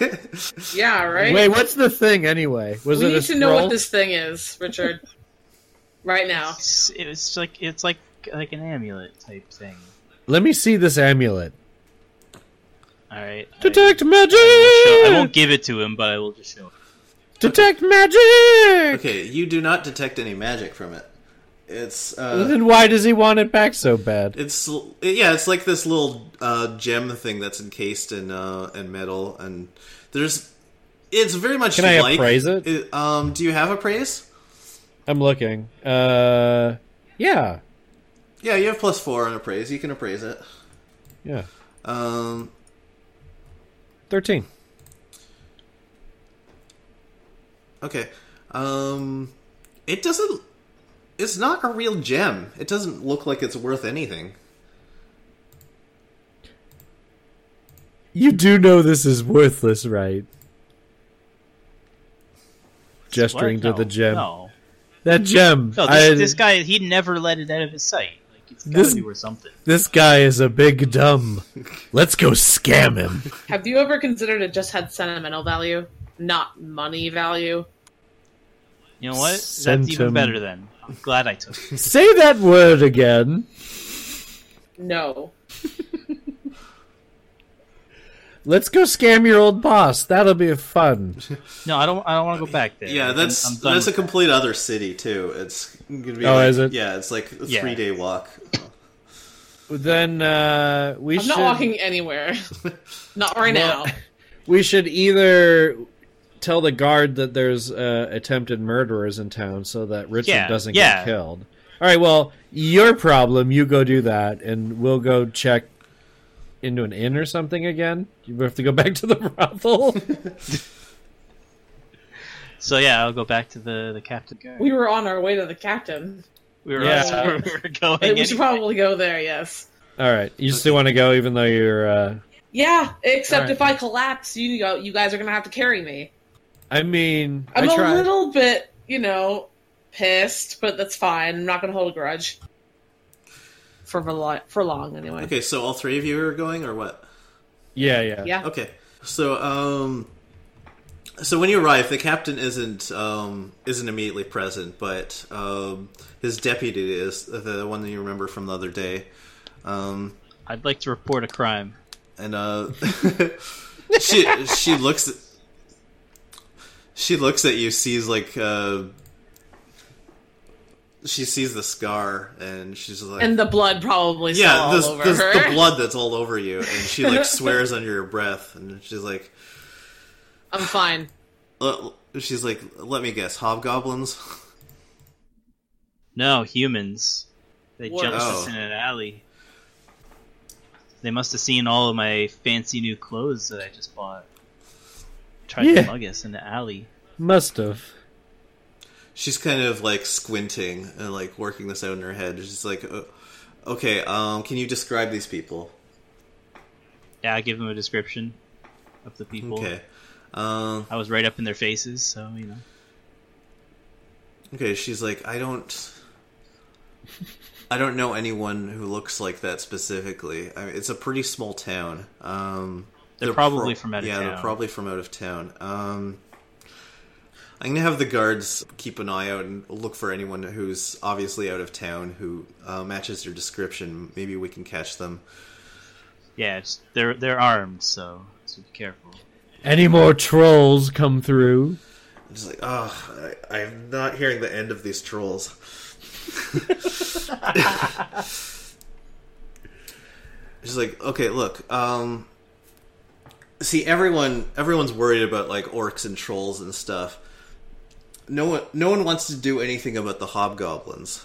<laughs>
Yeah, right.
Wait, what's the thing anyway? Was
we
it
need
a
to know
scroll?
what this thing is,
<laughs>
Richard. right now.
it's, it's like it's like like an amulet type thing.
Let me see this amulet.
All right. I-
Detect magic.
show- Oh, I <laughs> won't give it to him, but I will just show. Him.
Detect magic.
okay, you do not detect any magic from it. It's
Well,
uh,
Then why does he want it back so bad?
it's yeah, it's like this little uh, gem thing that's encased in uh, in metal, and there's it's very much.
Can I
like,
appraise it?
Um, do you have appraise?
I'm looking. Uh, yeah,
Yeah, you have plus four on appraise. You can appraise it.
yeah,
Um,
thirteen.
okay. Um, it doesn't. It's not a real gem. It doesn't look like it's worth anything.
You do know this is worthless, right? Gesturing
What?
to
No,
the gem.
No,
That gem.
no. This,
I-
this guy, he never let it out of his sight. Like it's gotta
This-
be worth something.
this guy is a big
<laughs>
dumb. Let's go scam him.
Have you ever considered it just had sentimental value, not money value?
You know what? That's
Sent him-
even better. Then I'm glad I took it.
Say that word again.
No.
Let's go scam your old boss. That'll be fun.
No, I don't. I don't want to go back there.
Yeah,
I'm-
that's
I'm done
that's a
with
complete other city too. It's gonna be.
Oh,
like-
is it?
Yeah, it's like a
Yeah.
three day walk.
Then uh, we
I'm
should
not walking
<laughs>
anywhere. not right
Well-
now.
we should either tell the guard that there's uh, attempted murderers in town so that Richard
Yeah,
doesn't
yeah.
get killed. All right, well, your problem. You go do that, and we'll go check into an inn or something again? You have to go <laughs> back to the brothel.
So yeah, I'll go back to the the captain.
We were on our way to the captain.
We were
Yeah.
also- <laughs> we were going.
we should
anyway.
probably go there, yes.
All right, you still want to go, even though you're. Uh,
Yeah, except
Alright.
if I collapse, you go, you guys are gonna have to carry me.
I mean,
I'm
I
a
tried.
little bit, you know, pissed, but that's fine. I'm not gonna hold a grudge for velo- for long anyway.
Okay, so all three of you are going, or what?
Yeah, yeah,
Yeah.
Okay. So um so when you arrive, the captain isn't um isn't immediately present, but um his deputy is the one that you remember from the other day. Um
I'd like to report a crime.
and uh <laughs> she she looks she looks at you, sees like uh she sees the scar and she's like
And the blood probably yeah,
yeah,
all
this,
over
this-
her.
the blood that's all over you, and she
<laughs>
like swears under your breath, and she's like,
I'm fine.
L- she's like, let me guess, hobgoblins. <laughs>
No humans. They
Whoa.
jumped
Oh.
us in an alley. They must have seen all of my fancy new clothes that I just bought. Tried
Yeah.
to mug us in the alley.
must have.
She's kind of like squinting and like working this out in her head. She's like, "Uh, okay, um, can you describe these people?
Yeah, I give them a description of the people.
Okay, um,
I was right up in their faces, so you know.
okay. She's like, I don't, I don't know anyone who looks like that specifically. I mean, it's a pretty small town. Um,
They're probably
pro-
from out of
yeah,
town.
they're probably from out of town. Um, I'm gonna have the guards keep an eye out and look for anyone who's obviously out of town who uh, matches your description. Maybe we can catch them.
Yeah, it's, they're they're armed, so so be careful.
Any more trolls come through?
I'm just like, oh, I, I'm not hearing the end of these trolls. <laughs> She's like, okay, look, um, see, everyone, everyone's worried about like orcs and trolls and stuff. No one, no one wants to do anything about the hobgoblins.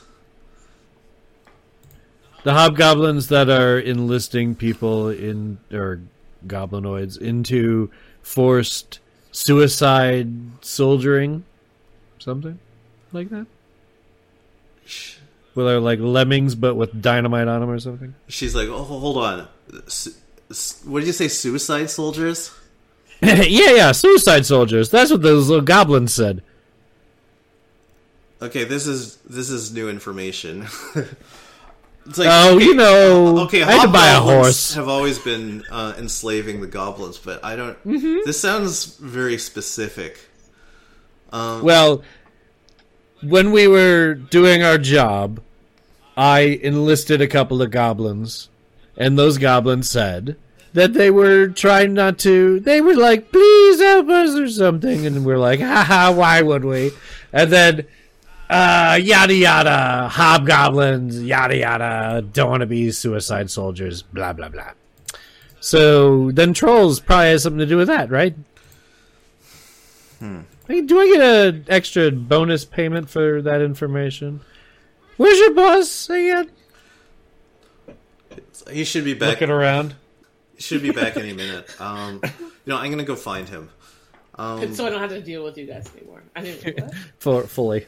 The hobgoblins that are enlisting people in or goblinoids into forced suicide soldiering, something like that. Well, they're like lemmings, but with dynamite on them or something.
She's like, oh, hold on, Su- su- what did you say, suicide soldiers?
yeah, yeah, suicide soldiers. That's what those little goblins said.
Okay, this is this is new information. <laughs> it's like,
Oh, you know,
Okay,
I had to buy a
hobgoblins
horse.
Have always been uh, enslaving the goblins, but I don't. This sounds very specific.
Well, when we were doing our job, I enlisted a couple of goblins, and those goblins said that they were trying not to. They were like, "Please help us" or something, and we're like, "Haha, why would we?" And then, uh, yada yada, hobgoblins, yada yada, don't want to be suicide soldiers, blah blah blah. So then, trolls probably has something to do with that, right? Hey, do I get an extra bonus payment for that information? Where's your boss again?
He should be back.
around.
Should be back any minute. Um, you know, I'm gonna go find him. Um,
so I don't have to deal with you guys anymore. I didn't
<laughs>
know that.
For, fully.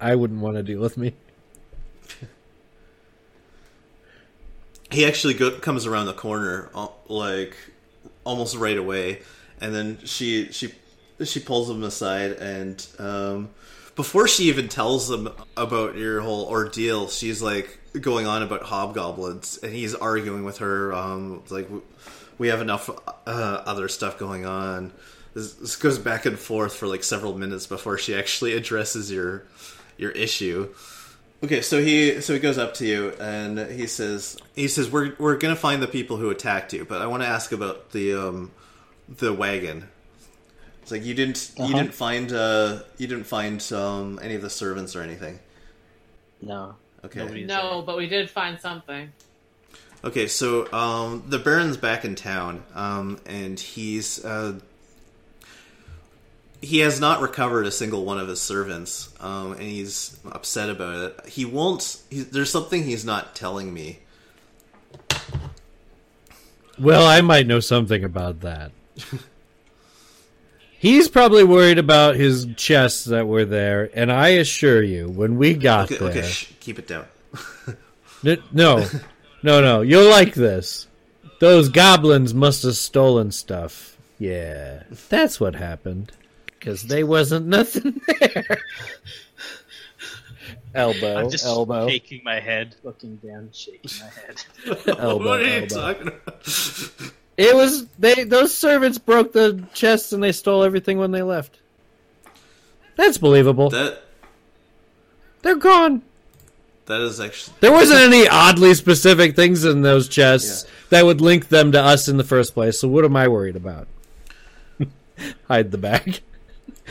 I wouldn't want to deal with me.
He actually go- comes around the corner, uh, like almost right away, and then she she she pulls him aside, and um, before she even tells him about your whole ordeal, she's like going on about hobgoblins, and he's arguing with her, um, like we have enough uh, other stuff going on. This, this goes back and forth for like several minutes before she actually <laughs> addresses your your issue. Okay, so he so he goes up to you and he says he says we're we're gonna find the people who attacked you, but I want to ask about the um the wagon. It's like you didn't you didn't find uh you didn't find um any of the servants or anything.
No.
Okay.
Nobody-
No, but we did find something.
Okay, so um, the Baron's back in town, um, and he's uh, he has not recovered a single one of his servants, um, and he's upset about it. He won't. He, there's something he's not telling me.
Well, I might know something about
<laughs>
that. He's probably worried about his chests that were there, and I assure you, when we got
Okay,
there,
okay, shh, keep it down.
N- no, no, no, you'll like this. Those goblins must have stolen stuff. Yeah, that's what happened, because they wasn't nothing there. elbow,
I'm just
elbow,
shaking my head, looking down, shaking my head.
elbow,
what are you
elbow.
talking about?
It was they those servants broke the chests and they stole everything when they left. That's believable.
<laughs> that
They're gone.
that is actually
There wasn't any oddly specific things in those chests that would link them to us in the first place. So what am I worried about? <laughs> Hide the bag. <laughs>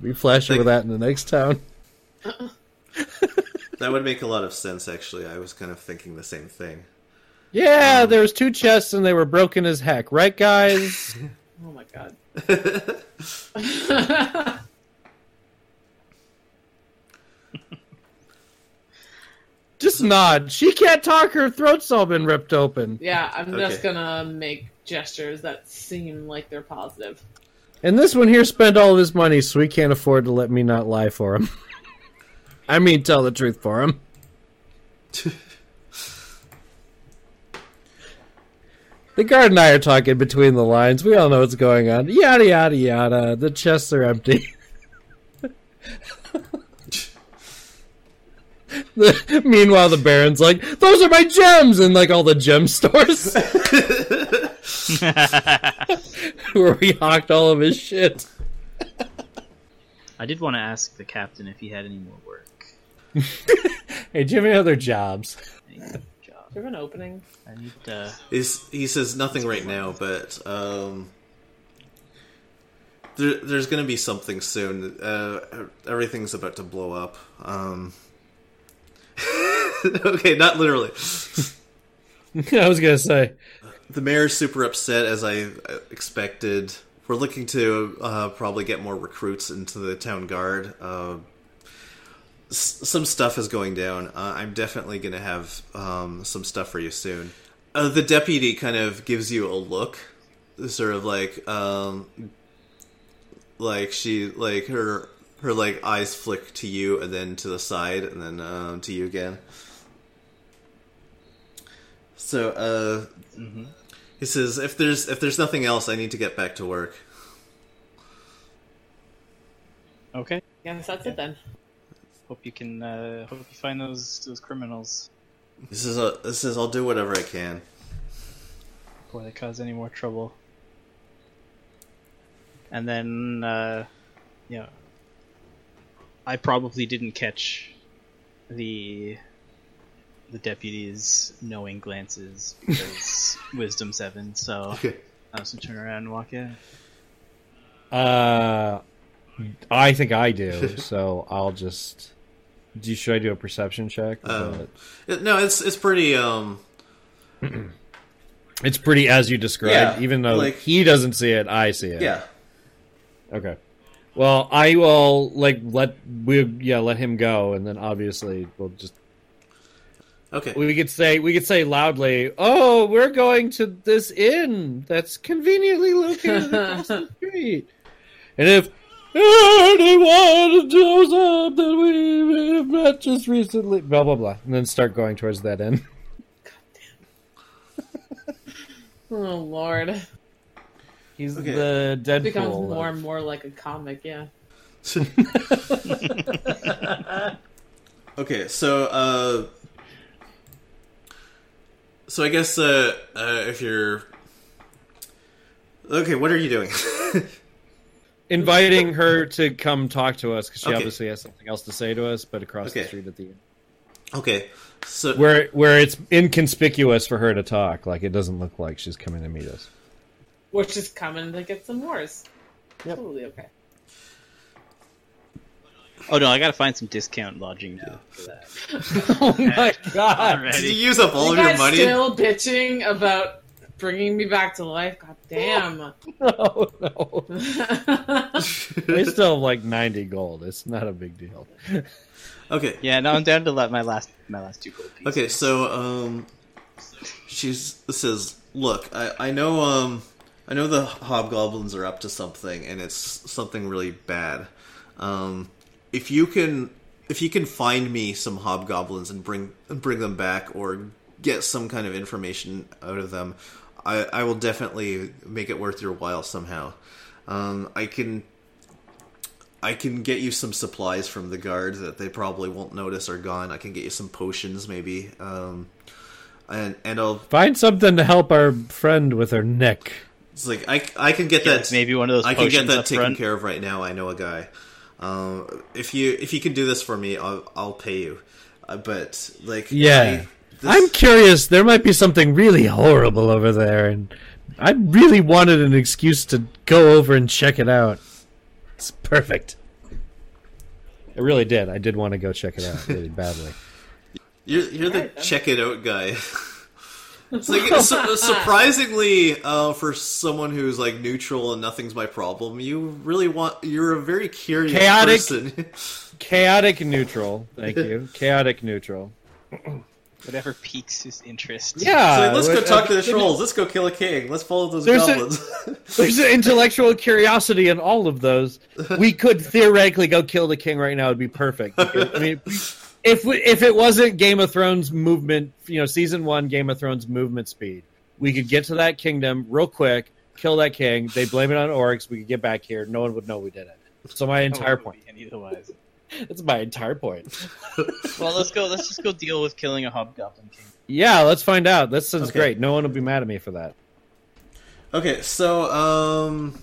we flash over
Like-
that in the next town.
that would make a lot of sense. Actually, I was kind of thinking the same thing.
Yeah, there was two chests and they were broken as heck, right, guys?
Oh my god.
Just nod. She can't talk. Her throat's all been ripped open.
Yeah, I'm just
Okay.
gonna make gestures that seem like they're positive.
And this one here spent all of his money, so he can't afford to let me not lie for him. <laughs> I mean, tell the truth for him. <laughs> the guard and I are talking between the lines. We all know what's going on. Yada, yada, yada. The chests are empty. <laughs> The- meanwhile, the Baron's like, Those are my gems! And like all the gem <laughs> stores where we hawked all of his shit.
<laughs> I did want to ask the captain if he had any more work.
Hey, do you have any other jobs?
Any job?
Do you have an opening?
I need. Uh,
He's, he says nothing right now, but um, there, there's going to be something soon. Uh, everything's about to blow up. Um, <laughs> okay, not literally.
<laughs> I was gonna say
The mayor's super upset, as I uh, expected. We're looking to uh, probably get more recruits into the town guard. Uh, s- some stuff is going down. Uh, I'm definitely going to have um, some stuff for you soon. Uh, the deputy kind of gives you a look, sort of like, um, like she, like her, her like eyes flick to you, and then to the side, and then um, to you again. So uh, he says, "If there's if there's nothing else, I need to get back to work."
okay.
Yes, that's it then.
Hope you can. Uh, hope you find those those criminals
He says, uh, "He says I'll do whatever I can."
before they cause any more trouble. And then, uh, you know, I probably didn't catch the the deputy's knowing glances
<laughs>
because wisdom seven. So
Okay.
I'll just turn around and walk in.
Uh, I think I
<laughs>
do. so I'll just. Do you, should I do a perception check?
Um, Uh, No, it's it's pretty. Um,
it's pretty as you described.
Yeah,
even though
like-
he doesn't see it, I see it.
yeah.
Okay. Well, I will like let we yeah let him go, and then obviously we'll just
Okay.
we could say we could say loudly, "Oh, we're going to this inn that's conveniently located across
<laughs>
the street." And if anyone shows up that we have met just recently, blah blah blah, and then start going towards that inn.
Oh lord.
He's
Okay.
the Deadpool.
Becomes more and more like a comic, yeah.
<laughs> okay. So, uh, so I guess uh, uh, if you're okay, what are you doing? <laughs>
Inviting her to come talk to us because she
Okay.
obviously has something else to say to us, but across the
Okay.
street at the inn,
okay. So
where where it's inconspicuous for her to talk, like it doesn't look like she's coming to meet <laughs> us.
We're just coming to get some wars. Totally okay.
Oh no, I gotta find some discount lodging now for that.
Oh my god!
did <laughs> you
Alrighty.
use up all
You
of your
guys
money?
still bitching about bringing me back to life? God damn.
<laughs> Oh no. We still have like 90 gold. It's not a big deal.
okay.
Yeah, no, I'm down to let my last my last two gold pieces.
Okay, so um, she says, "Look, I, I know um I know the hobgoblins are up to something, and it's something really bad. Um, if you can if you can find me some hobgoblins and bring and bring them back, or get some kind of information out of them, I, I will definitely make it worth your while somehow. Um, I can." I can get you some supplies from the guard that they probably won't notice are gone. I can get you some potions, maybe, um, and and I'll
Find something to help our friend with her neck.
it's like I, I can get
Yeah,
that
maybe one of those
I can get
potions
that
up
taken
front.
care of right now. I know a guy. Um, if you if you can do this for me, I'll I'll pay you. Uh, but like
Yeah.
I- this-
I'm curious. There might be something really horrible over there, and I really wanted an excuse to go over and check it out. It's perfect. I really did. I did want to go check it out
<laughs>
really badly.
You're, you're the check it out guy. <laughs> it's like su- surprisingly uh, for someone who's like neutral and nothing's my problem. You really want you're a very curious
Chaotic.
person. <laughs>
Chaotic neutral. Thank you. Chaotic neutral.
Whatever piques his interest. <laughs>
It's
Yeah.
like, let's go
what-
talk to the trolls. Let's go kill a king. Let's follow those
There's a-
goblins. <laughs>
There's an intellectual curiosity in all of those. We could theoretically go kill the king right now; it'd be perfect. I mean, if we, if it wasn't Game of Thrones movement, you know, season one Game of Thrones movement speed, we could get to that kingdom real quick, kill that king. They blame it on orcs. We could get back here. No one would know we did it. So my
No one
entire
would
point.
be Any otherwise.
That's my entire point.
well, let's go. Let's just go deal with killing a hobgoblin king.
Yeah, let's find out. That sounds
Okay.
great. No one will be mad at me for that.
Okay, so um,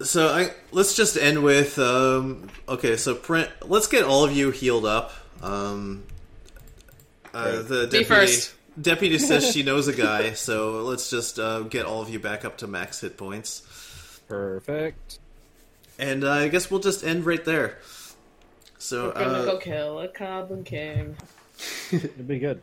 so I let's just end with um. Okay, so print. Let's get all of you healed up. Um, uh, the deputy,
first.
<laughs>
Deputy says she knows a guy, so let's just uh, get all of you back up to max hit points,
Perfect.
and uh, I guess we'll just end right there. So
We're gonna
uh,
go kill a goblin king.
It'd be good.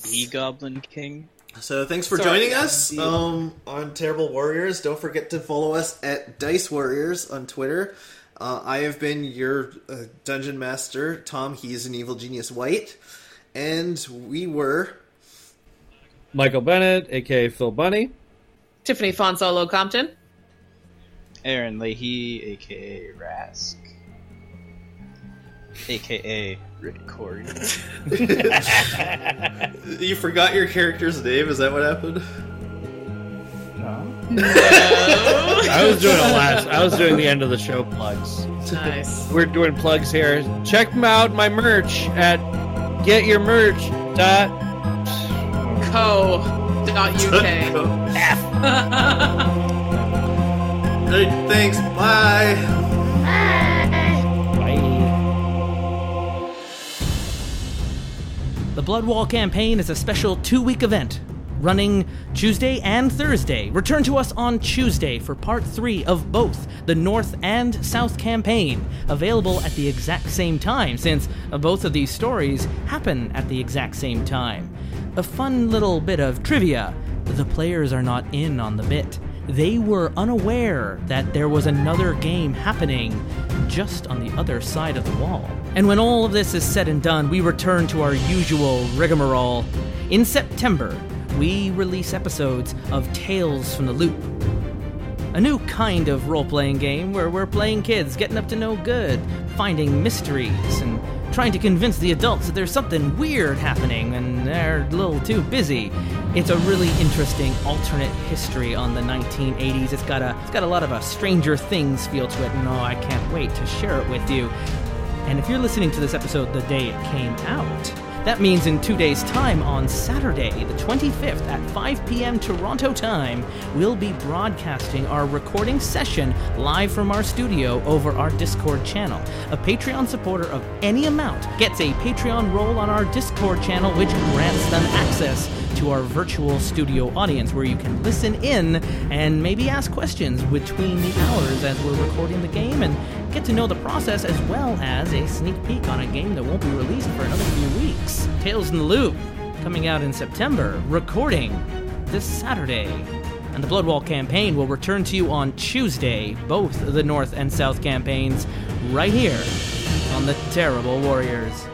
The goblin king.
So thanks for
Sorry,
joining
yeah,
us
indeed.
um, on Terrible Warriors. Don't forget to follow us at Dice Warriors on Twitter. Uh, I have been your uh, dungeon master, Tom. He's an evil genius, White, and
<laughs>
we were.
Michael Bennett, aka Phil Bunny.
Tiffany Fonsolo Compton.
Aaron Leahy, aka Rask, aka Rick Corey.
You forgot your character's name. Is that what happened?
I was doing a last. I was doing the end of the show plugs.
Nice.
We're doing plugs here. Check them out. My merch at getyourmerch dot.
Co. Dot
<laughs>
UK.
Alright, thanks. Bye.
The Blood Wall campaign is a special two week event running Tuesday and Thursday. Return to us on Tuesday for part three of both the North and South campaign, available at the exact same time since uh, both of these stories happen at the exact same time. A fun little bit of trivia the players are not in on the bit. They were unaware that there was another game happening just on the other side of the wall. And when all of this is said and done, we return to our usual rigmarole. In September, we release episodes of Tales from the Loop, a new kind of role playing game where we're playing kids, getting up to no good, finding mysteries, and trying to convince the adults that there's something weird happening and they're a little too busy. It's a really interesting alternate history on the 1980s. It's got a, it's got a lot of a Stranger Things feel to it, and oh, I can't wait to share it with you. And if you're listening to this episode the day it came out, that means in two days' time on Saturday, the 25th at 5 p.m. Toronto time, we'll be broadcasting our recording session live from our studio over our Discord channel. A Patreon supporter of any amount gets a Patreon role on our Discord channel, which grants them access to our virtual studio audience where you can listen in and maybe ask questions between the hours as we're recording the game and get to know the process as well as a sneak peek on a game that won't be released for another few weeks. Tales in the Loop, coming out in September, recording this Saturday. And the Bloodwall campaign will return to you on Tuesday, both the North and South campaigns, right here on the Terrible Warriors.